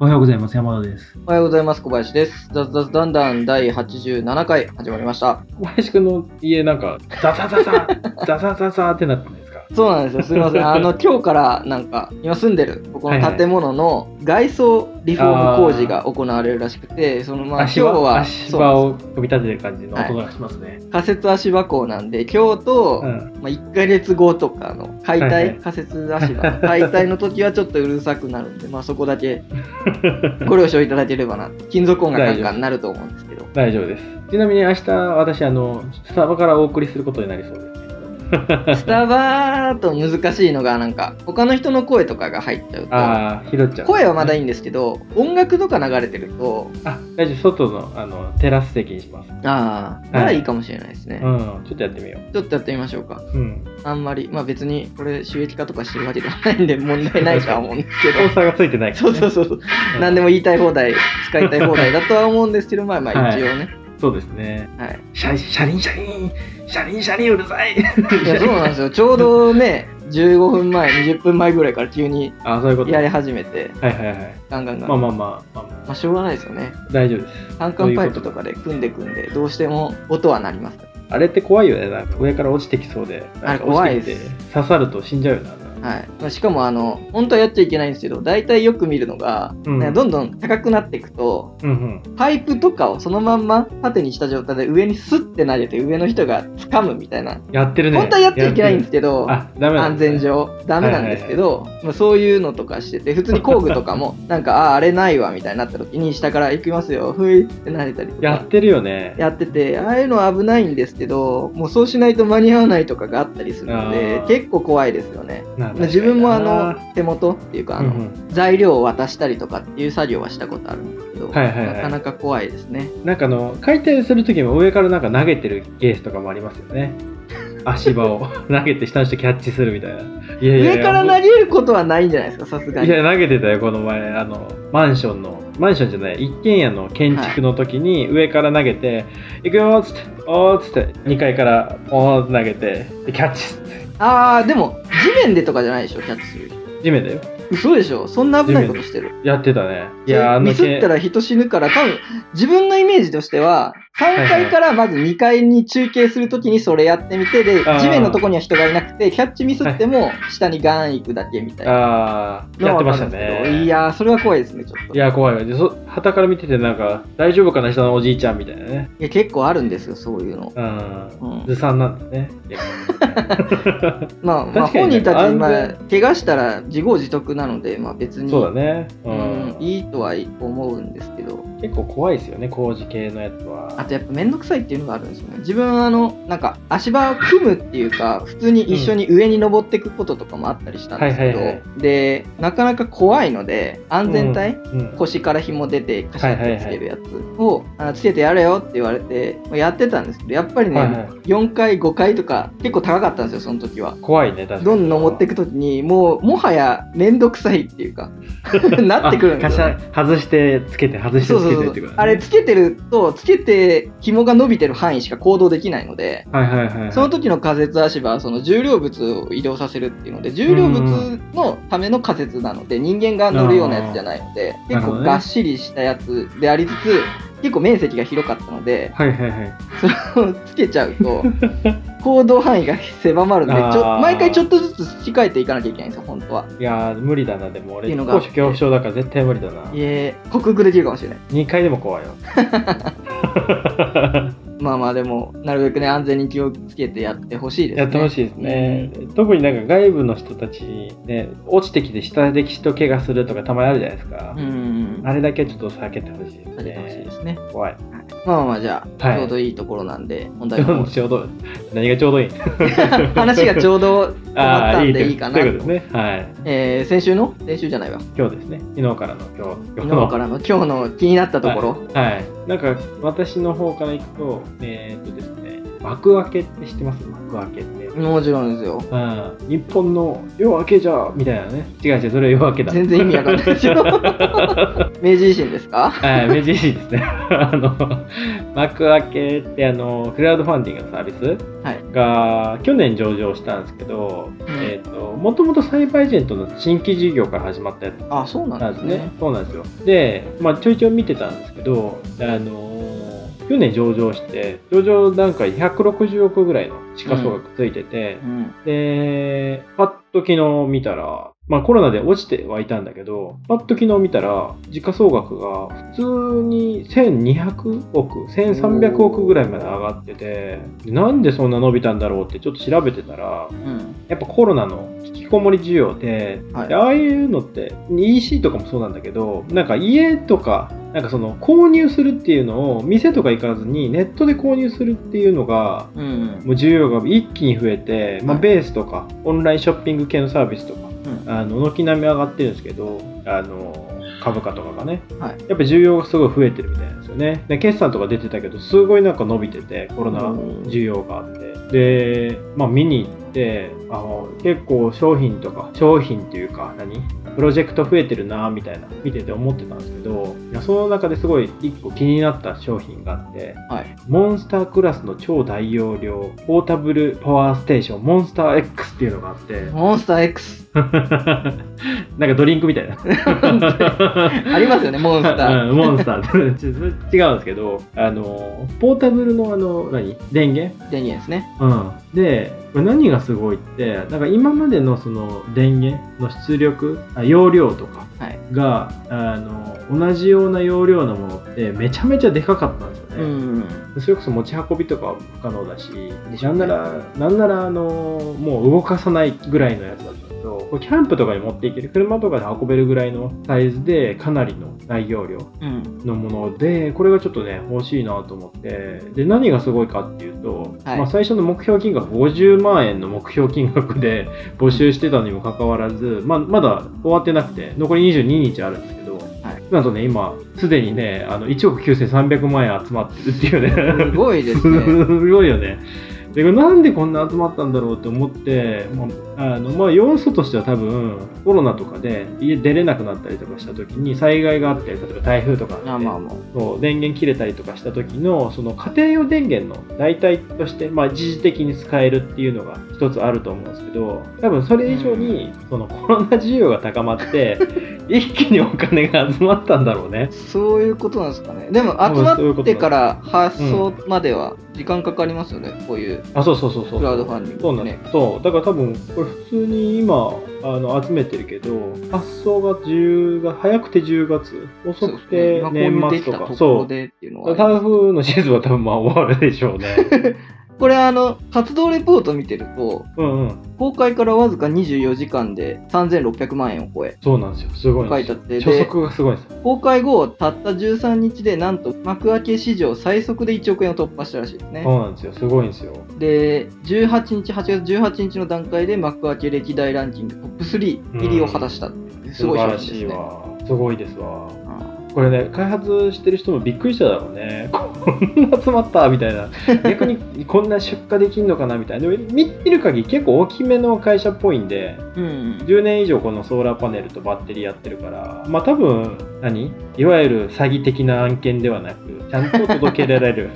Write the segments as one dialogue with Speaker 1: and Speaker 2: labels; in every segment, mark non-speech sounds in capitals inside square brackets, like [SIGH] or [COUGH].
Speaker 1: おはようございます。山田です。
Speaker 2: おはようございます。小林です。ザズザズダンダン第87回始まりました。
Speaker 1: 小林くんの家なんか、ザザザ [LAUGHS] ザ、ザザザザってなってないですか
Speaker 2: そうなんですよ。すみません。あの、
Speaker 1: [LAUGHS]
Speaker 2: 今日からなんか、今住んでる、ここの建物の外装リフォーム工事が行われるらしくて、そのまあ、今日
Speaker 1: 足場
Speaker 2: は、
Speaker 1: 足
Speaker 2: そう
Speaker 1: 場
Speaker 2: なんで
Speaker 1: を飛び立てる感じの音がしますね。
Speaker 2: す仮設足場工なんで、今日と、
Speaker 1: うん。
Speaker 2: まあ、1ヶ月後とかの解体、
Speaker 1: はいはい
Speaker 2: 仮設足場の解体の時はちょっとうるさくなるんで、まあ、そこだけご了承いただければな。金属音がカンカンなると思うんですけど。
Speaker 1: 大丈夫です。ちなみに明日、私、あの、スタバからお送りすることになりそうですね。
Speaker 2: スタバーと難しいのがなんか他の人の声とかが入っちゃう
Speaker 1: ああ、拾っちゃ
Speaker 2: と
Speaker 1: う。
Speaker 2: 声はまだ
Speaker 1: いい。
Speaker 2: いいんですけど音楽とか流れてると
Speaker 1: あ、大丈夫。外の、あの、テラス席にします。
Speaker 2: ああまだいいかもしれないですね、
Speaker 1: うん。ちょっとやってみよう。
Speaker 2: ちょっとやってみましょうか
Speaker 1: うん。
Speaker 2: あんまりまあ別にこれ収益化とかしてるわけではないんで問題ないとは思うんですけ
Speaker 1: 大
Speaker 2: ど
Speaker 1: 差がついてないか
Speaker 2: そ
Speaker 1: ら、
Speaker 2: う
Speaker 1: ね。
Speaker 2: そうそうそう何でも言いたい放題使いたい放題だとは思うんですけどまあまあ一応ね
Speaker 1: そうですね。
Speaker 2: はい、い、
Speaker 1: シャリシャリンシャリン、シャリンシャリンうるさい。
Speaker 2: やそうなんですよちょうどね15分前20分前ぐらいから急に
Speaker 1: [LAUGHS] あ、そういうこと。
Speaker 2: や
Speaker 1: はい
Speaker 2: り始めて
Speaker 1: はいはい。
Speaker 2: ガンガンガン
Speaker 1: まあまあまあ、まあま
Speaker 2: まあしょうがないですよね
Speaker 1: あ、大丈夫です。
Speaker 2: 単管パイプとかで組んで組んでどうしても音は鳴ります
Speaker 1: あれって怖いよね、なんか上から落ちてきそうで、
Speaker 2: あ
Speaker 1: なん
Speaker 2: れ
Speaker 1: か
Speaker 2: 怖い
Speaker 1: 落ちてき
Speaker 2: で
Speaker 1: て刺さると死んじゃうよな。
Speaker 2: はいまあ、しかもあの本当はやっちゃいけないんですけど大体よく見るのが、
Speaker 1: うん
Speaker 2: なんかどんどん高くなっていくと
Speaker 1: うん
Speaker 2: パイプとかをそのまんま縦にした状態で上にスッて投げて上の人が掴むみたい
Speaker 1: う
Speaker 2: な、
Speaker 1: ん。やってるね。
Speaker 2: 本当はやっちゃいけないんですけど
Speaker 1: やってる。あ、ダメなん
Speaker 2: 安
Speaker 1: だ
Speaker 2: 全。上ダメなんですけど、まあ、そういうのとかしてて普通に工具とかもなんかあああれないわみたいになった時に下から行きますよふいって投げたりと
Speaker 1: やっ
Speaker 2: か
Speaker 1: てるよね。
Speaker 2: やっててああいうのは危ないんですけどもうそうしないと間に合わないとかがあったりするので
Speaker 1: あー
Speaker 2: 結構怖いですよね
Speaker 1: なんだ
Speaker 2: 自分もあの
Speaker 1: う
Speaker 2: 手元っていうかあ
Speaker 1: んう
Speaker 2: の、
Speaker 1: ん
Speaker 2: 材料を渡したりとかっていう作業はしたことあるんですけど、
Speaker 1: はいはいはい
Speaker 2: なかなか怖いですね
Speaker 1: なんかあの、回転するときも上からなんか投げてるケースとかもありますよね。足場を投げて下の人キャッチするみたいな。いやいやいや
Speaker 2: 上から投げることはないんじゃないですかさすが
Speaker 1: い
Speaker 2: に
Speaker 1: や、投げてたよ、この前、あの、マンションの、マンションじゃない、一軒家の建築の時に、上から投げて、行くよーっつって、おーっつって、2階から、おーって投げて、でキャッチっつって、
Speaker 2: あーでも地面でとかじゃないでしょキャッチする
Speaker 1: 地面だよ。
Speaker 2: 嘘でしょそんな危ないことしてる
Speaker 1: やってたね。い
Speaker 2: い
Speaker 1: や、あの
Speaker 2: ミスっ
Speaker 1: け
Speaker 2: た、ら人死ぬから多
Speaker 1: [LAUGHS]
Speaker 2: 分自分のイメージとしては3
Speaker 1: はいは
Speaker 2: 階
Speaker 1: い
Speaker 2: からまず2階に中継するときにそれやってみてで
Speaker 1: あー
Speaker 2: 地面のとこには人がいなくてキャッチミスっても下にガーン行くだけみたいな
Speaker 1: あー、
Speaker 2: の
Speaker 1: や
Speaker 2: は
Speaker 1: って
Speaker 2: わ
Speaker 1: まし
Speaker 2: か
Speaker 1: た
Speaker 2: るんですけど
Speaker 1: ね。
Speaker 2: いやーそれは怖いですねちょっと
Speaker 1: いや、怖いわ。で、そ、旗から見てて、なんか、大丈夫かな、下のおじいちゃんみたいなね。
Speaker 2: いや結構あるんですよそういうの、
Speaker 1: うん。
Speaker 2: うん、
Speaker 1: ずさんなんですね。
Speaker 2: [LAUGHS]
Speaker 1: いや
Speaker 2: まあ、まあ
Speaker 1: 確か
Speaker 2: 本
Speaker 1: にね
Speaker 2: 人たち、まあ
Speaker 1: 安、
Speaker 2: 怪我したら自業自得なので、まあ別に、
Speaker 1: そうだね。う
Speaker 2: うん
Speaker 1: ん。、
Speaker 2: いいとは思うんですけど、
Speaker 1: 結構怖いですよね、工事系のやつ
Speaker 2: あ
Speaker 1: は。
Speaker 2: とやっぱ面倒くさいっていうのがあるんですよね。自分はあの、なんか足場を組むっていうか、普通に一緒に上に登っていくこととかもあったりしたんですけど、
Speaker 1: うんはいはい
Speaker 2: で、なかなか怖いので、安全帯、
Speaker 1: うん、うん
Speaker 2: 腰から紐出てカシャってつけるやつを、あのつけてやれよって言われてまあやってたんですけどやっぱりね、
Speaker 1: はいはい
Speaker 2: 4階5階とか結構高かったんですよその時は
Speaker 1: 怖いね、確かに。
Speaker 2: どんどん登っていくときにもうもはや面倒くさいっていうか [LAUGHS] なってくるんですよ、
Speaker 1: あ
Speaker 2: ね
Speaker 1: カシャ外してつけて外して
Speaker 2: そう
Speaker 1: つ
Speaker 2: そ
Speaker 1: け
Speaker 2: う
Speaker 1: てっ
Speaker 2: そ
Speaker 1: ていう
Speaker 2: う
Speaker 1: ことね
Speaker 2: あれつけてるとつけて紐が伸びてる範囲しか行動できないので
Speaker 1: はいはいはいはい
Speaker 2: その時の仮設足場はその重量物を移動させるっていうので重量物のための仮設なので人間が乗るようなやつじゃないので
Speaker 1: あーな
Speaker 2: 結
Speaker 1: るほど
Speaker 2: 構
Speaker 1: ね
Speaker 2: がっしりしたやつであり
Speaker 1: [LAUGHS]
Speaker 2: つつ結構面積が広かったので
Speaker 1: はいはいはい
Speaker 2: こうつけちゃう
Speaker 1: [LAUGHS]
Speaker 2: と行動範囲が狭まるのでち
Speaker 1: あ
Speaker 2: ょ
Speaker 1: ー
Speaker 2: 毎回ちょっとずつ引き換えていかなきゃいけないんですよ本当は。
Speaker 1: いやー無理だなでも俺
Speaker 2: っていう
Speaker 1: 高
Speaker 2: のが
Speaker 1: 所恐怖症だから絶対無理だない
Speaker 2: え克服できるかもしれない
Speaker 1: 2回でも怖いよ
Speaker 2: まあまあでもなるべくね安全に気をつけてやってほしいですね
Speaker 1: やってほしいですね、特になんか外部の人たちね落ちてきて下で人怪我するとかたまにあるじゃないですか、
Speaker 2: うんうん
Speaker 1: あれだけはちょっと避けてほしいです
Speaker 2: やってほしい
Speaker 1: ね
Speaker 2: ですね
Speaker 1: 怖い
Speaker 2: まあまあまあじゃあ、
Speaker 1: はい
Speaker 2: ちょうどいいところなん [LAUGHS] で本題
Speaker 1: ち
Speaker 2: の
Speaker 1: ょう
Speaker 2: 方
Speaker 1: [LAUGHS] どちょうど何がちょうどいい
Speaker 2: 話がちょうど止まったんでいいかな
Speaker 1: ということですねはい
Speaker 2: えー先週の先週じゃないわ
Speaker 1: 今日ですね昨日からの今日
Speaker 2: 昨日からの今日の気になったところ、
Speaker 1: はい、はいなんか私の方から行くとえーっとですね幕開けって知ってます幕開けって。
Speaker 2: もちろんですよ。
Speaker 1: うん、日本の夜明けじゃみたいなね違う違うそれは夜明けだ
Speaker 2: 全然意味わかんない [LAUGHS] ですよ。明治維新ですか
Speaker 1: はい目印ですね [LAUGHS] あの幕開けってあのクラウドファンディングのサービス、
Speaker 2: はい
Speaker 1: が去年上場したんですけど、えっともともとサイバーエージェントの新規事業から始まったやつ
Speaker 2: あ、そうな
Speaker 1: なん
Speaker 2: ん
Speaker 1: で
Speaker 2: ですす
Speaker 1: ね。
Speaker 2: ね。
Speaker 1: そうなんですよ。で、まあ、ちょいちょい見てたんですけど、あのー去年上場して、上場段階160億ぐらいの地価総額ついてて
Speaker 2: う、ん。
Speaker 1: で、パッと昨日見たら、まあコロナで落ちてはいたんだけど、パッと昨日見たら、時価総額が普通に1200億、1300億ぐらいまで上がってて、でなんでそんな伸びたんだろうってちょっと調べてたら、
Speaker 2: うん。
Speaker 1: やっぱコロナの引きこもり需要で、
Speaker 2: はい
Speaker 1: でああいうのって EC とかもそうなんだけどなんか家とかなんかその購入するっていうのを店とか行かずにネットで購入するっていうのが
Speaker 2: うん。
Speaker 1: もう需要が一気に増えて、まあ、
Speaker 2: はい
Speaker 1: ベースとかオンラインショッピング系のサービスとか
Speaker 2: うん。
Speaker 1: あの軒並み上がってるんですけどあの株価とかがね、
Speaker 2: はい
Speaker 1: やっぱ需要がすごい増えてるみたいなんですよねで決算とか出てたけどすごいなんか伸びててコロナ需要があってで、まあ、見に行ってあの結構商品とか商品っていうか何プロジェクト増えてるなみたいな見てて思ってたんですけどいやその中ですごい一個気になった商品があって
Speaker 2: はい。
Speaker 1: モンスタークラスの超大容量ポータブルパワーステーションモンスター X っていうのがあって
Speaker 2: モンスター [LAUGHS] X。
Speaker 1: [LAUGHS] なんかドリンクみたいな。
Speaker 2: [LAUGHS] ありますよね、モンスター。
Speaker 1: うんモンスター [LAUGHS] ちょっと違うんですけど、あの、ポータブルのあの、何電源
Speaker 2: 電源ですね。
Speaker 1: うん。で、これ何がすごいって、なんか今までのその電源の出力、あ容量とか
Speaker 2: はい
Speaker 1: が、あの、同じような容量のものってめちゃめちゃでかかったんですよね。
Speaker 2: うん。
Speaker 1: それこそ持ち運びとかは不可能だし、
Speaker 2: でし
Speaker 1: な
Speaker 2: ょうん
Speaker 1: な
Speaker 2: ね
Speaker 1: ら、なんなら、あのーもう動かさないぐらいのやつだったけど、これキャンプとかに持っていける、車とかで運べるぐらいのサイズで、かなりの大容量
Speaker 2: うん。
Speaker 1: のもので、これがちょっとね、欲しいなと思って、で、何がすごいかっていうと、
Speaker 2: はい
Speaker 1: まあ最初の目標金額50万円の目標金額で [LAUGHS] 募集してたにもかかわらず、まあ、まだ終わってなくて、残り22日あるんですけど、なんとね、今、すでにね、あの1億9300万円集まってるっていうね。
Speaker 2: [LAUGHS] すごいですね。
Speaker 1: すごいよね。でこれなんでこんな集まったんだろうと思って、まああのまあ、要素としては多分コロナとかで家出れなくなったりとかした時に災害があったり例えば台風とかあって
Speaker 2: あまあもう。
Speaker 1: そう電源切れたりとかした時のその家庭用電源の代替として、まあ、一時的に使えるっていうのが一つあると思うんですけど多分それ以上にそのコロナ需要が高まって
Speaker 2: [LAUGHS]
Speaker 1: 一気にお金が集まったんだろうね。
Speaker 2: そういうことなんですかね。でも
Speaker 1: 多
Speaker 2: 集
Speaker 1: 分そういう
Speaker 2: ま
Speaker 1: こと
Speaker 2: って
Speaker 1: だ
Speaker 2: から発送までは時間かかりますよね、こういう。
Speaker 1: あそうそうそうそう
Speaker 2: クラウドファンディング
Speaker 1: そうなん
Speaker 2: ね
Speaker 1: ですそうだから多分これ普通に今あの集めてるけど発送が10月早くて10月遅くて
Speaker 2: そうですね
Speaker 1: 年
Speaker 2: 今購入で
Speaker 1: 末
Speaker 2: き
Speaker 1: と
Speaker 2: た
Speaker 1: か
Speaker 2: とこ
Speaker 1: そ
Speaker 2: ろ
Speaker 1: う
Speaker 2: でっていうのはあります
Speaker 1: 台風のシーズンは多分まあ終わるでしょう
Speaker 2: [LAUGHS]
Speaker 1: ね
Speaker 2: これあの活動レポート見てると
Speaker 1: うんうん
Speaker 2: 公開からわずか24時間で3600万円を超え
Speaker 1: そうなんですよすごいん
Speaker 2: 書
Speaker 1: で
Speaker 2: い
Speaker 1: す
Speaker 2: てあ
Speaker 1: よ初
Speaker 2: ってで
Speaker 1: 速がすごいんですよ
Speaker 2: 公開後たった13日でなんと幕開け史上最速で1億円を突破したらしいですね
Speaker 1: そうなんですよすごいんですよ
Speaker 2: で18日8月18日の段階で幕開け歴代ランキングトップ3入りを果たしたってすごい
Speaker 1: 素晴
Speaker 2: 商
Speaker 1: らしい
Speaker 2: 品ですね
Speaker 1: わすごいですわ
Speaker 2: あ
Speaker 1: これね開発してる人もびっくりしただろうね [LAUGHS] こんな集まったみたいな逆にこんな出荷できんのかなみたいなでも見てる限り結構大きめの会社っぽいんで
Speaker 2: ーうん
Speaker 1: 10年以上このソーラーパネルとバッテリーやってるからまあ多分何いわゆる詐欺的な案件ではなくちゃんと届けられ
Speaker 2: [LAUGHS]
Speaker 1: る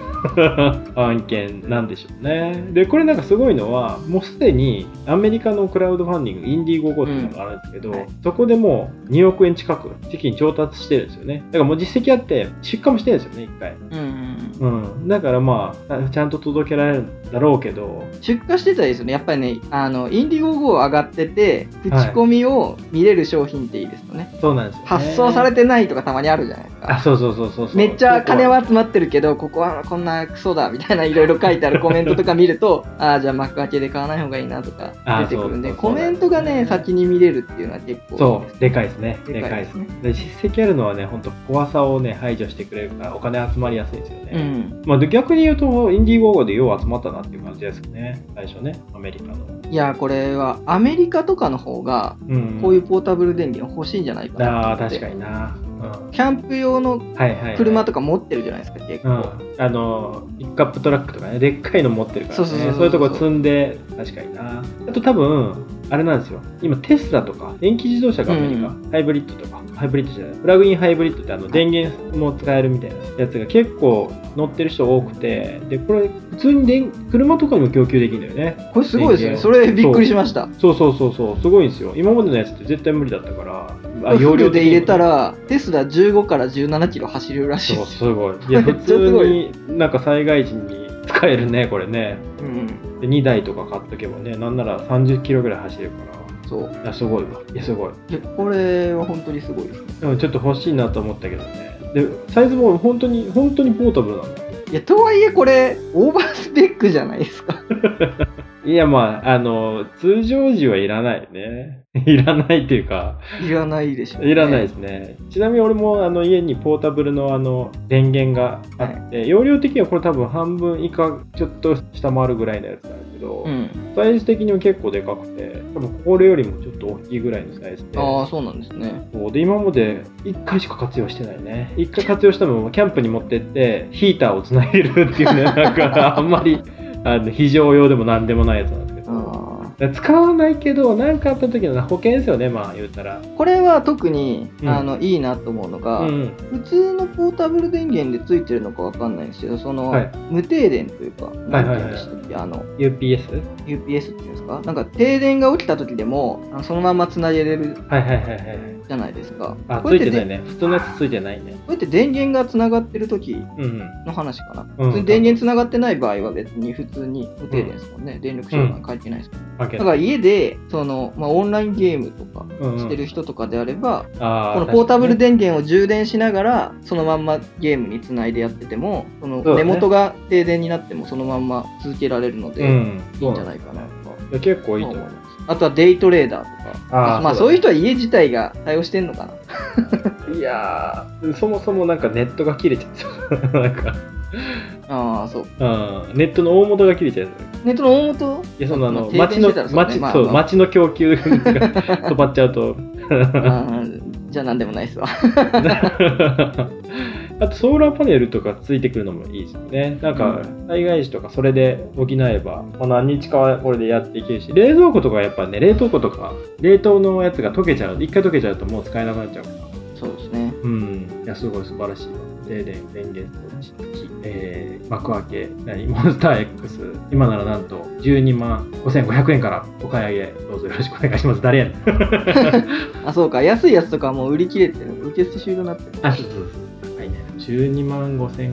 Speaker 1: 案件なんでしょうねでこれなんかすごいのはもうすでにアメリカのクラウドファンディングインディーゴゴっていうのがあるんですけど、
Speaker 2: うんはい
Speaker 1: そこでもう2億円近く資金調達してるんですよねだからもう実績あって出荷もしてるんですよね1回
Speaker 2: うんうん
Speaker 1: うんだからまあちゃんと届けられるんだろうけど
Speaker 2: 出荷してたらいいですよねやっぱりねあのインディゴーゴー上がってて口コミを見れる商品っていいですよね、
Speaker 1: そうなんですよ、ね、
Speaker 2: 発送されてないとかたまにあるじゃないです
Speaker 1: あ
Speaker 2: か。
Speaker 1: そうそうそうそうそう
Speaker 2: めっちゃ金は集まってるけど、ここはこんなクソだみたいないろいろ書いてあるコメントとか見ると、ああ、じゃあ幕開けで買わない方がいいなとか
Speaker 1: あー
Speaker 2: 出てくるんで、
Speaker 1: そうそうそう
Speaker 2: コメントが
Speaker 1: そうなん
Speaker 2: ね、
Speaker 1: ですね
Speaker 2: 先に見れるっていうのは結構
Speaker 1: そう、でかいですね。で
Speaker 2: で
Speaker 1: か
Speaker 2: か
Speaker 1: い
Speaker 2: い
Speaker 1: で
Speaker 2: ですす
Speaker 1: ね
Speaker 2: ね。
Speaker 1: で実績あるのはね、本当怖さをね、排除してくれるから、お金集まりやすいですよね。
Speaker 2: うん。
Speaker 1: まあ、で逆に言うと、インディーゴーゴーでよう集まったなっていう感じですね、最初ね、アメリカの。
Speaker 2: いや、これはアメリカとかの方が、
Speaker 1: うん、
Speaker 2: こういうポータブル電源欲しいんじゃないかな
Speaker 1: ああ、
Speaker 2: と思っ
Speaker 1: 確
Speaker 2: て
Speaker 1: かにな。うん
Speaker 2: キャンプ用の
Speaker 1: はいはいはい、
Speaker 2: 車とか持ってるじゃないですか、結
Speaker 1: う
Speaker 2: 構。
Speaker 1: ん、あのピックアップトラックとかねでっかいの持ってるから、ね、
Speaker 2: そうそうそうそう
Speaker 1: そういうとこ積んで確かになあと多分あれなんですよ今テスラとか電気自動車がアメリカ、
Speaker 2: う
Speaker 1: ハイブリッドとかハイブリッドじゃないプラグインハイブリッドってあの電源も使えるみたいなやつが結構乗ってる人多くてでこれ普通に電車とかにも供給できるんだよね
Speaker 2: これすごいです
Speaker 1: いい
Speaker 2: ね。
Speaker 1: ね
Speaker 2: それびっくりしました。
Speaker 1: そうそうそうそうすごいんですよ今までのやつって絶対無理だったから
Speaker 2: フル
Speaker 1: 的
Speaker 2: で
Speaker 1: にも
Speaker 2: 入れたら、テスラ15から17キロ走れるらしい
Speaker 1: そ
Speaker 2: で
Speaker 1: う
Speaker 2: す。
Speaker 1: すごいいや
Speaker 2: [LAUGHS]
Speaker 1: 普
Speaker 2: めっちゃす
Speaker 1: 通
Speaker 2: ごい
Speaker 1: になんか災害時に使えるねこれね
Speaker 2: う
Speaker 1: で
Speaker 2: ん、
Speaker 1: 2台とか買っとけばねなんなら3 0キロぐらい走れるから
Speaker 2: そう。
Speaker 1: いやすごいわいやすごい
Speaker 2: いやこれは本当にすごいですね。
Speaker 1: でもちょっと欲しいなと思ったけどねでサイズも本当に本当にポータブルなんだ
Speaker 2: いや、とはいえこれ、オーバースペックじゃないですか。 [LAUGHS]
Speaker 1: いやまああの通常時はいらないよね [LAUGHS] いらないっていうか
Speaker 2: いらないでしょ、
Speaker 1: いらないですねちなみに俺もあの家にポータブルのあの電源があって、容量的にはこれ多分半分以下ちょっと下回るぐらいのやつなんだけど、
Speaker 2: うん。
Speaker 1: サイズ的にも結構でかくて多分これよりもちょっと大きいぐらいのサイズで
Speaker 2: ああ、そうなんですね。
Speaker 1: そうで今まで1回しか活用してないね1回活用したのもキャンプに持ってってヒーターをつないでるっていうね [LAUGHS] なんかあんまりあの非常用でも何でもないやつなんですけ
Speaker 2: あ
Speaker 1: ど
Speaker 2: ー
Speaker 1: 使わないけど何かあった時の保険ですよねまあ言うたら
Speaker 2: これは特に、
Speaker 1: うん
Speaker 2: あのいいなと思うのが、
Speaker 1: うん
Speaker 2: 普通のポータブル電源でついてるのかわかんないんですけどその、
Speaker 1: はい
Speaker 2: 無停電というか
Speaker 1: はい
Speaker 2: 何
Speaker 1: はいはい
Speaker 2: て言うんでしたっけ、あの
Speaker 1: UPS?
Speaker 2: UPS っていうんですかなんか停電が起きた時でもあのそのままつなげれる
Speaker 1: はいはいはいはい
Speaker 2: じゃないですか
Speaker 1: あ
Speaker 2: こ
Speaker 1: つ
Speaker 2: れ
Speaker 1: い
Speaker 2: って
Speaker 1: て
Speaker 2: で
Speaker 1: ないね普通のやつついてないね
Speaker 2: こうやって電源がつながってる時
Speaker 1: うんうん
Speaker 2: の話かな、
Speaker 1: うん
Speaker 2: 普通に電源つながってない場合は別に普通に無停電ですもんね、電力障害書いてないですから、
Speaker 1: わけ
Speaker 2: だから家でその、まあ、オンラインゲームとかしてる人とかであれば、このポータブル電源を充電しながらそのまんまゲームにつないでやっててもその
Speaker 1: そうだ
Speaker 2: 根
Speaker 1: ね
Speaker 2: 元が停電になってもそのまんま続けられるの
Speaker 1: でう
Speaker 2: で
Speaker 1: ん
Speaker 2: いいんじゃないかなとか
Speaker 1: いや結構いいと
Speaker 2: 思い
Speaker 1: 思う
Speaker 2: ますあとはデイトレーダーとか
Speaker 1: あー
Speaker 2: まあ
Speaker 1: そ
Speaker 2: そう
Speaker 1: だね
Speaker 2: ういう人は家自体が対応してんのかない
Speaker 1: やーそもそもなんかネットが切れちゃった。 [LAUGHS] なんか、
Speaker 2: ああそう
Speaker 1: うん、ネットの大元が切れちゃう。
Speaker 2: ネットの大
Speaker 1: [LAUGHS]
Speaker 2: 元
Speaker 1: いや、そのあ
Speaker 2: まあ
Speaker 1: の、
Speaker 2: 停電
Speaker 1: 街の
Speaker 2: してたら、そうね
Speaker 1: 街、
Speaker 2: まあ
Speaker 1: そう、
Speaker 2: まあ
Speaker 1: 街の供給が止まっちゃうと。 [LAUGHS]
Speaker 2: あーじゃあ何でもないですわ
Speaker 1: あと、ソーラーパネルとかついてくるのもいいですよね。なんか
Speaker 2: う、
Speaker 1: 災害時とかそれで補えば、まあ何日かはこれでやっていけるし、冷蔵庫とかやっぱね、冷凍庫とか、冷凍のやつが溶けちゃう、一回溶けちゃうともう使えなくなっちゃうから。
Speaker 2: そうですね
Speaker 1: うん、いやすごい素晴らしいわ。停電、電源装置、えー、幕開け、何モンスター X、今ならなんと12万5500円からお買い上げ、どうぞよろしくお願いします。誰
Speaker 2: [LAUGHS]
Speaker 1: やねん。
Speaker 2: あそうか安いやつとかはもう売り切れてる受付終了になってる
Speaker 1: あ、そうそうそう。高いね。12万5500円。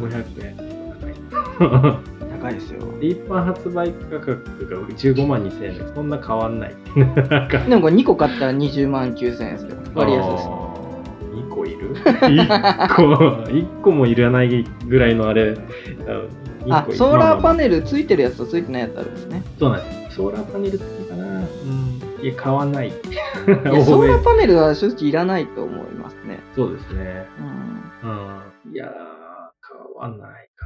Speaker 1: 高い
Speaker 2: 高いですよ
Speaker 1: 一般発売価格が15万2000円でそんな変わんない。なんか
Speaker 2: でもこれ2個買ったら20万9000円ですけど割安です
Speaker 1: 2個い
Speaker 2: [LAUGHS]
Speaker 1: る 1, 個一個もいらないぐらいのあれ
Speaker 2: あソーラー
Speaker 1: ネル
Speaker 2: パネルついてるやつとついてないやつあるんですね。
Speaker 1: そうなんです。ソーラーパネル付きかな。うん。いや、買わ [LAUGHS] ない。
Speaker 2: いやソーラーパネルは正直いらないと思いますね。
Speaker 1: そうですね。
Speaker 2: うん。
Speaker 1: うん。いやー、買わないか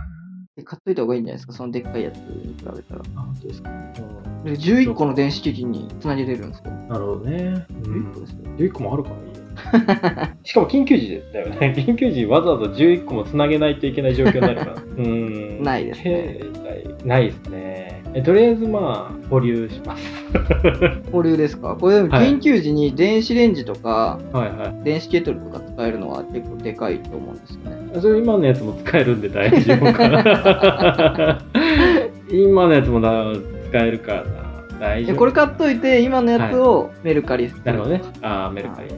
Speaker 2: で買っといた方がいいんじゃないですか、そのでっかいやつに比べたら。
Speaker 1: な。あ、本当ですか。うん
Speaker 2: で11個の電子機器につなげれるんですか、
Speaker 1: なるほどね。う
Speaker 2: ?11 個で
Speaker 1: ん
Speaker 2: すよ。
Speaker 1: 11個もあるからいいよ。 [LAUGHS] しかも緊急時だよね。 [LAUGHS] 緊急時わざわざ11個もつなげないといけない状況になる [LAUGHS] から。うん。
Speaker 2: ないですね
Speaker 1: 携帯ないですね。えとりあえずまあ、保留します。
Speaker 2: 保留ですかこ
Speaker 1: は
Speaker 2: れ、
Speaker 1: い
Speaker 2: 緊急時に電子レンジとか、
Speaker 1: はいはい。
Speaker 2: 電子ケトルとか使えるのは結構でかいと思うんですよね。
Speaker 1: それ今のやつも使えるんで大丈夫かな
Speaker 2: [LAUGHS]
Speaker 1: 今のやつもな使えるからな大
Speaker 2: い
Speaker 1: 丈
Speaker 2: や
Speaker 1: 夫
Speaker 2: これ買っといて、今のやつをメルカリす
Speaker 1: なるほどねああメルカリい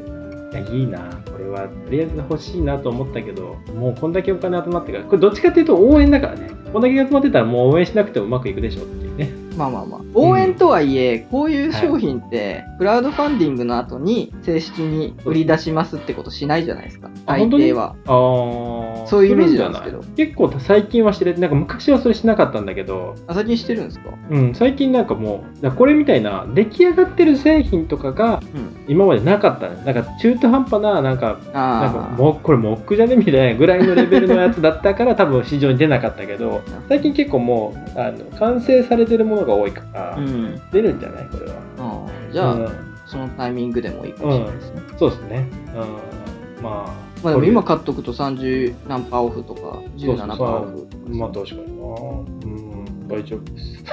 Speaker 1: やいいなこれはとりあえず欲しいなと思ったけどもうこんだけお金集まってからこれどっちかっていうと応援だからねこんだけ集まってたらもう応援しなくてもうまくいくでしょっていうね
Speaker 2: まあまあまあ。応援とはいえ、こういう商品って、クラウドファンディングの後に正式に売り出しますってことしないじゃないですか。
Speaker 1: あ
Speaker 2: 大抵は。
Speaker 1: ああ
Speaker 2: そういうイメージなんですけど
Speaker 1: 結構最近はしてるなんか昔はそれしなかったんだけど
Speaker 2: あ、最近してるんですか
Speaker 1: うん最近なんかもうだからこれみたいな出来上がってる製品とかが
Speaker 2: うん。
Speaker 1: 今までなかったねなんか中途半端ななんかなんか
Speaker 2: ああ。
Speaker 1: もうこれモックじゃねみたいなぐらいのレベルのやつだったから多分市場に出なかったけど最近結構もうあの完成されてるものが多いから、
Speaker 2: うん。
Speaker 1: 出るんじゃないこれは
Speaker 2: ああじゃあ、
Speaker 1: うん
Speaker 2: そのタイミングでもいいかもしれないですね。
Speaker 1: そうですね、まあ、
Speaker 2: まあでも今買っとくと30何パーオフとか17パーオフとか
Speaker 1: まあ確かにな。うん、大丈夫
Speaker 2: [LAUGHS]
Speaker 1: です。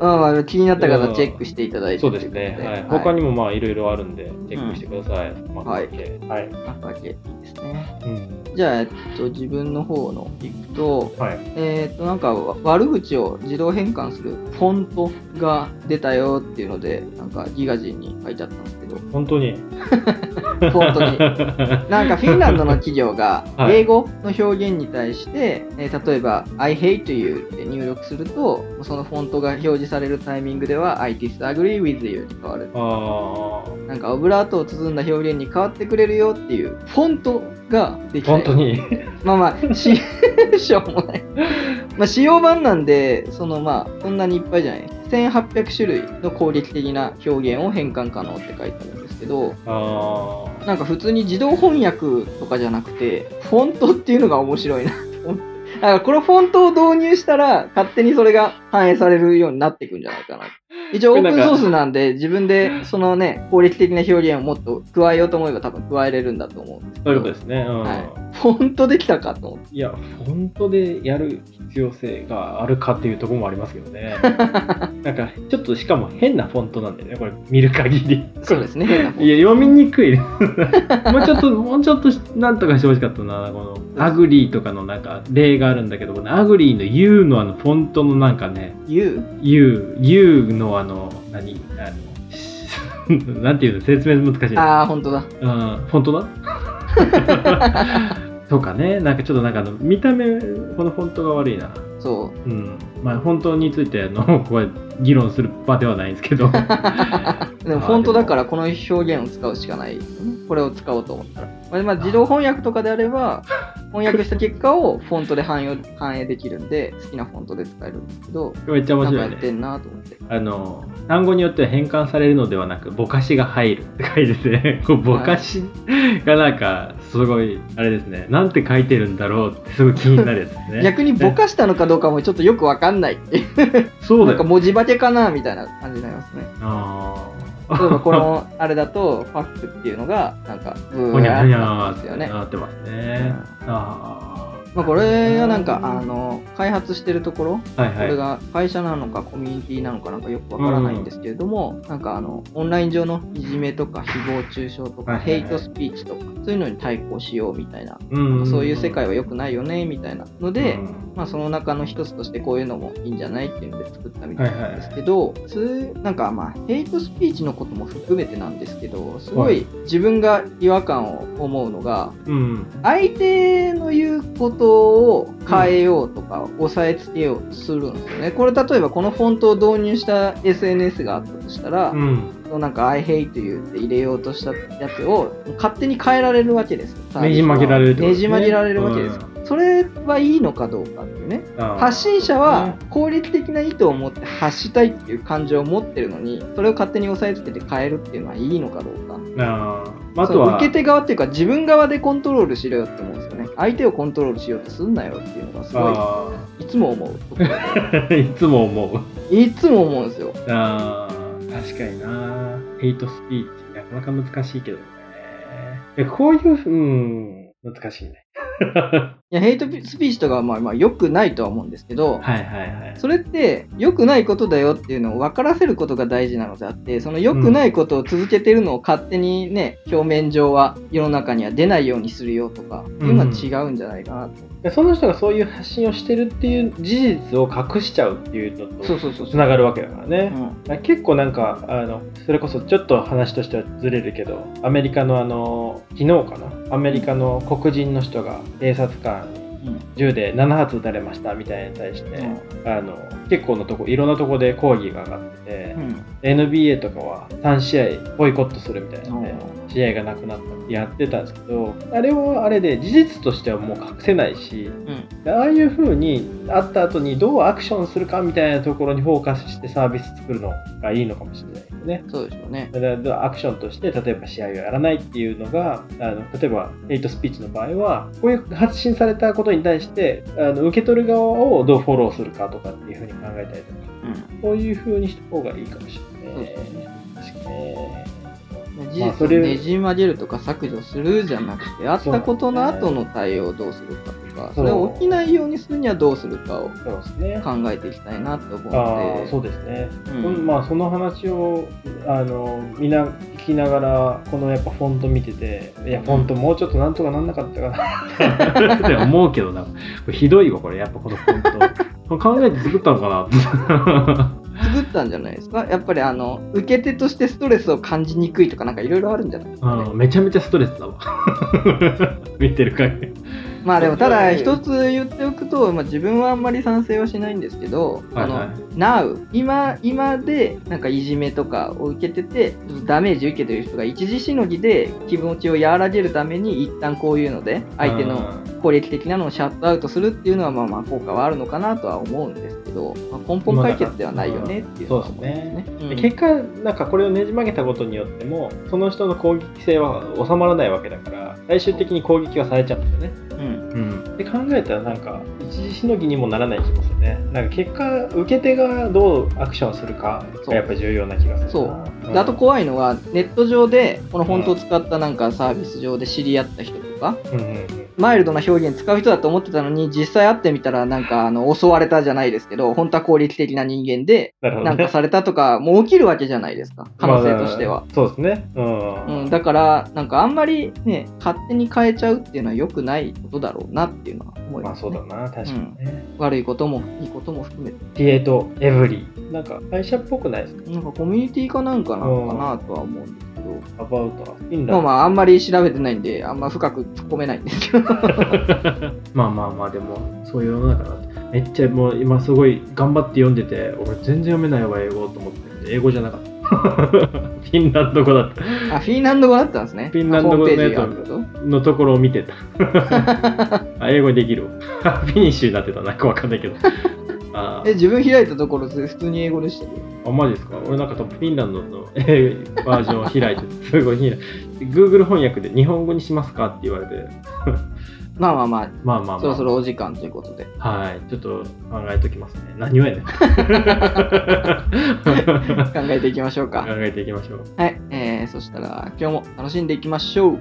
Speaker 2: まあまあ気になった方はチェックしていただいて
Speaker 1: そうですね。はい。他にもまあいろいろあるんで、チェックしてください。まあ
Speaker 2: はい
Speaker 1: オッケーはい。
Speaker 2: あったわけいいですね
Speaker 1: うん。
Speaker 2: じゃあ、えっと、自分の方のいくと
Speaker 1: はい。
Speaker 2: えっとなんかわ悪口を自動変換するフォントが出たよっていうのでなんかギガ人に書いてあったんですけ
Speaker 1: [LAUGHS]
Speaker 2: ど
Speaker 1: 本当に。
Speaker 2: フォ
Speaker 1: [LAUGHS]
Speaker 2: ントになんかフィンランドの企業が
Speaker 1: はい
Speaker 2: 英語の表現に対して、えー例えば「I hate you」って入力するとそのフォントが表示されるタイミングでは「I disagree with you」に変わる
Speaker 1: ああ。
Speaker 2: なんかオブラートを包んだ表現に変わってくれるよっていうフォントができて
Speaker 1: 本当に。
Speaker 2: まあまあし [LAUGHS] しょうもないまあ使用版なんでそのまあそんなにいっぱいじゃない1800種類の攻撃的な表現を変換可能って書いてあるんですけど
Speaker 1: [LAUGHS] ああ。
Speaker 2: なんか普通に自動翻訳とかじゃなくて、フォントっていうのが面白いな [LAUGHS] と思って。だからこのフォントを導入したら、勝手にそれが反映されるようになっていくんじゃないかな。一応オ
Speaker 1: こ
Speaker 2: ー
Speaker 1: れ
Speaker 2: プ
Speaker 1: な
Speaker 2: ン
Speaker 1: んか
Speaker 2: ソースなんで、自分でそのね、効率的な表現をもっと加えようと思えば多分加えれるんだと思う。
Speaker 1: そういうことですね。うん。
Speaker 2: はい。フォントできたかと思って。
Speaker 1: いや、本当でやる必要性があるかっていうところもありますけど
Speaker 2: [LAUGHS]
Speaker 1: ね。なんか、ちょっとしかも変なフォントなんでね、これ見る限り。
Speaker 2: そうですね、変な
Speaker 1: [LAUGHS] い
Speaker 2: フォン
Speaker 1: や、読みにくい。 [LAUGHS] もうちょっと、もうちょっとし、なんとかしてほしかったな。この、アグリーとかのなんか、例があるんだけど、このアグリーの U のあの、フォントのなんかね、
Speaker 2: ト。U?
Speaker 1: U、U のあの、何あの、 [LAUGHS] なんていうの、説明難しいな。
Speaker 2: ああ、本当だ。
Speaker 1: うん、本 [LAUGHS] 当だとかね、なんかちょっとなんかあの見た目、このフォントが悪いな。
Speaker 2: そ
Speaker 1: うん。まあ、本当についてあの、 [LAUGHS] これ、議論する場ではないんですけど。 [LAUGHS]
Speaker 2: う。でも
Speaker 1: あー
Speaker 2: フォントだからこの表現を使うしかないよね。これを使おうと思ったら。まあ、まあ自動翻訳とかであれば、翻訳した結果をフォントで反映反映できるんで、好きなフォントで使えるんですけど、
Speaker 1: めっちゃ面
Speaker 2: なんか
Speaker 1: 白
Speaker 2: や
Speaker 1: い
Speaker 2: って
Speaker 1: ね。
Speaker 2: んなと思って。
Speaker 1: あの、単語によっては変換されるのではなく、ぼかしが入るって書 [LAUGHS] いてて、こうぼかしがなんか、すごい、あれですね、なんて書いてるんだろうって、すごい気になるやつですね。
Speaker 2: 逆にぼかしたのかどうかもちょっとよくわかんないっていう、
Speaker 1: そう
Speaker 2: な
Speaker 1: だ
Speaker 2: んか
Speaker 1: よ。
Speaker 2: 文字化けかなみたいな感じにな
Speaker 1: [LAUGHS]
Speaker 2: りますね。
Speaker 1: ああ。
Speaker 2: 例えばこのあれだと、ファックっていうのが、なんか、ブ
Speaker 1: ほにゃほにゃ
Speaker 2: ー
Speaker 1: ー
Speaker 2: っ
Speaker 1: ってて
Speaker 2: なってますよ
Speaker 1: なってま
Speaker 2: ね。
Speaker 1: すね。あ
Speaker 2: まあ、これはなんか、あの、開発してるところ、
Speaker 1: あ。はい
Speaker 2: こ
Speaker 1: はい。
Speaker 2: れが会社なのかコミュニティなのかなんかよくわからないんですけれども、なんかあのオンライン上のいじめとか誹謗中傷と
Speaker 1: は
Speaker 2: か
Speaker 1: いはいは
Speaker 2: ヘ
Speaker 1: い
Speaker 2: イトスピーチとかそういうのに対抗しようみたいな、
Speaker 1: うんんん
Speaker 2: そういう世界は良くないよねみたいなので、
Speaker 1: うん
Speaker 2: まあ、その中の一つとしてこういうのもいいんじゃないっていうので作ったみたいなんですけど、すなんかまあヘイトスピーチのことも含めてなんですけどすごい自分が違和感を思うのが
Speaker 1: うん
Speaker 2: 相手の言うことを変えようとか押さえつけようとするんですよね。これ例えばこのフォントを導入した SNS があったとしたら、
Speaker 1: うん
Speaker 2: なんか I hate you って入れようとしたやつを勝手に変えられるわけです。
Speaker 1: ねじ曲げられるってこと
Speaker 2: ね
Speaker 1: です
Speaker 2: じ
Speaker 1: ね
Speaker 2: 曲げられるわけです。それはいいのかどうかっていうね。
Speaker 1: あー
Speaker 2: 発信者は効率的な意図を持って発したいっていう感情を持ってるのに、それを勝手に押さえつけて変えるっていうのはいいのかどうか。
Speaker 1: あーあとは
Speaker 2: そう受け手側っていうか自分側でコントロールしろよって思うんですよね相手をコントロールしようとすんなよっていうのがすご
Speaker 1: あ
Speaker 2: いいつも思うところ
Speaker 1: ー [LAUGHS] いつも思う
Speaker 2: でいつも思うんですよ
Speaker 1: あー確かになヘイトスピーチなかなか難しいけどねいやこういううん難しいね [LAUGHS] はい
Speaker 2: やヘイトスピーチとかはまあまあ良くないとは思うんですけど、
Speaker 1: いはいはい
Speaker 2: それって良くないことだよっていうのを分からせることが大事なのであってその良くないことを続けてるのを勝手にね、表面上は世の中には出ないようにするよとかっていうのは違うんじゃないかなと、
Speaker 1: でその人がそういう発信をしてるっていう事実を隠しちゃうっていうの
Speaker 2: そう
Speaker 1: と
Speaker 2: そうそう
Speaker 1: つながるわけだからね、
Speaker 2: うん
Speaker 1: 結構なんかあのそれこそちょっと話としてはずれるけどアメリカのあの昨日かなアメリカの黒人の人が警察官に
Speaker 2: うん
Speaker 1: 銃で7発撃たれましたみたいに対して、あの結構のとこいろんなとこで抗議が上がってて
Speaker 2: う、ん
Speaker 1: NBA とかは3試合ボイコットするみたいなね
Speaker 2: う
Speaker 1: 試合がなくなったってやってたんですけどあれはあれで事実としてはもう隠せないし
Speaker 2: うん
Speaker 1: でああいう風にあった後にどうアクションするかみたいなところにフォーカスしてサービス作るのがいいのかもしれないですね。
Speaker 2: そうでしょうね
Speaker 1: だからアクションとして例えば試合をやらないっていうのがあの例えばヘイトスピーチの場合はこういう発信されたことに対してあの受け取る側をどうフォローするかとかっていう風に考えたりとか
Speaker 2: うん
Speaker 1: そういう風にした方がいいかもしれ
Speaker 2: そう
Speaker 1: ない
Speaker 2: ですね。
Speaker 1: 確かにね
Speaker 2: 事
Speaker 1: まあ
Speaker 2: 実
Speaker 1: そ
Speaker 2: を
Speaker 1: れ
Speaker 2: ねじ曲げるとか削除するじゃなくて、あっ
Speaker 1: そう
Speaker 2: たことの後の対応をどうするかとか、
Speaker 1: そ
Speaker 2: そうれを起きないようにするにはどうするかを
Speaker 1: そうですね。
Speaker 2: 考えていきたいなと思う
Speaker 1: あ
Speaker 2: の
Speaker 1: あ、
Speaker 2: で
Speaker 1: そうですね。
Speaker 2: うん
Speaker 1: うんまあ、その話をあのみんな聞きながらこのやっぱフォント見てていやフォントもうちょっとなんとかなんなかったかな [LAUGHS] って思うけどなこれひどいわこれやっぱこのフォント考えて作ったのかな [LAUGHS]
Speaker 2: 作ったんじゃないですかやっぱりあの受け手としてストレスを感じにくいとかなんかいろいろあるんじゃないです
Speaker 1: あ
Speaker 2: か、ね
Speaker 1: のめちゃめちゃストレスだわ [LAUGHS] 見てる限り
Speaker 2: まあでもただ
Speaker 1: うん
Speaker 2: 一つ言っておくと、まあ、自分はあんまり賛成はしないんですけど、
Speaker 1: はいはい
Speaker 2: あの Now 今今でなんかいじめとかを受けててちょっとダメージ受けてる人が一時しのぎで気持ちを和らげるために一旦こういうので相手の攻撃的なのをシャットアウトするっていうのはまあまあ効果はあるのかなとは思うんですけど、まあ、根本解決ではないよねっていうのは思いますね。
Speaker 1: で結果なんかこれをねじ曲げたことによってもその人の攻撃性は収まらないわけだから最終的に攻撃がされちゃうんだよね
Speaker 2: うんうん
Speaker 1: うん、で考えたらなんか一時しのぎにもならない気もするねなんか結果受け手がどうアクションするか
Speaker 2: そう
Speaker 1: がやっぱ重要な気がする
Speaker 2: そう
Speaker 1: な
Speaker 2: であと怖いのはネット上でこのフォントを使ったなんかサービス上で知り合った人とか
Speaker 1: うん、うんうんうん、
Speaker 2: マイルドな表現使う人だと思ってたのに実際会ってみたらなんかあの襲われたじゃないですけど本当は効率的な人間で
Speaker 1: なるほ
Speaker 2: な
Speaker 1: ど
Speaker 2: んか
Speaker 1: ね
Speaker 2: されたとかもう起きるわけじゃないですか可能性としては。
Speaker 1: まあそうですねうん、
Speaker 2: うん、だから、なんかあんまりね、勝手に変えちゃうっていうのは良くないことだろうなっていうのは思い
Speaker 1: まあ
Speaker 2: ます、
Speaker 1: そう
Speaker 2: ね
Speaker 1: だな確かにね、
Speaker 2: 悪いこともいいことも含めて、
Speaker 1: クリエイトエブリーなんか会社っぽくないですか
Speaker 2: なんかコミュニティかなんかなのかなとは思うんですけど、
Speaker 1: アバウトフィン
Speaker 2: ま
Speaker 1: ラ
Speaker 2: あ
Speaker 1: ンド
Speaker 2: まあ、あんまり調べてないんで、あんま深く突っ込めないんですけど、
Speaker 1: [LAUGHS] まあまあまあでもそういう世の中だってめっちゃもう今すごい頑張って読んでて俺全然読めないわ英語と思って英語じゃなかった [LAUGHS] フィンランド語だった
Speaker 2: あ、フィンランド語だったんですね。
Speaker 1: フィンランド語の
Speaker 2: ホーム
Speaker 1: やつ
Speaker 2: ページがあるけど
Speaker 1: のところを見てた。 [LAUGHS] あ英語できるわ [LAUGHS] フィニッシュになってた。なんかわかんないけど。あ
Speaker 2: え、
Speaker 1: ー
Speaker 2: 自分開いたところ、普通に英語でしたけど、
Speaker 1: あ、マジですか俺なんか多分フィンランドの、えーバージョンを開いて、 [LAUGHS] すごい開いて、Google 翻訳で日本語にしますかって言われて、
Speaker 2: まあまあまあ、
Speaker 1: まあまあまあ、
Speaker 2: そろそろお時間ということで、
Speaker 1: はい、ちょっと考えときますね。何をやねん。
Speaker 2: [LAUGHS]
Speaker 1: 考
Speaker 2: 考えていきましょうか。
Speaker 1: えていきましょう。
Speaker 2: はい、えー、そしたら、今日も楽しんでいきましょう。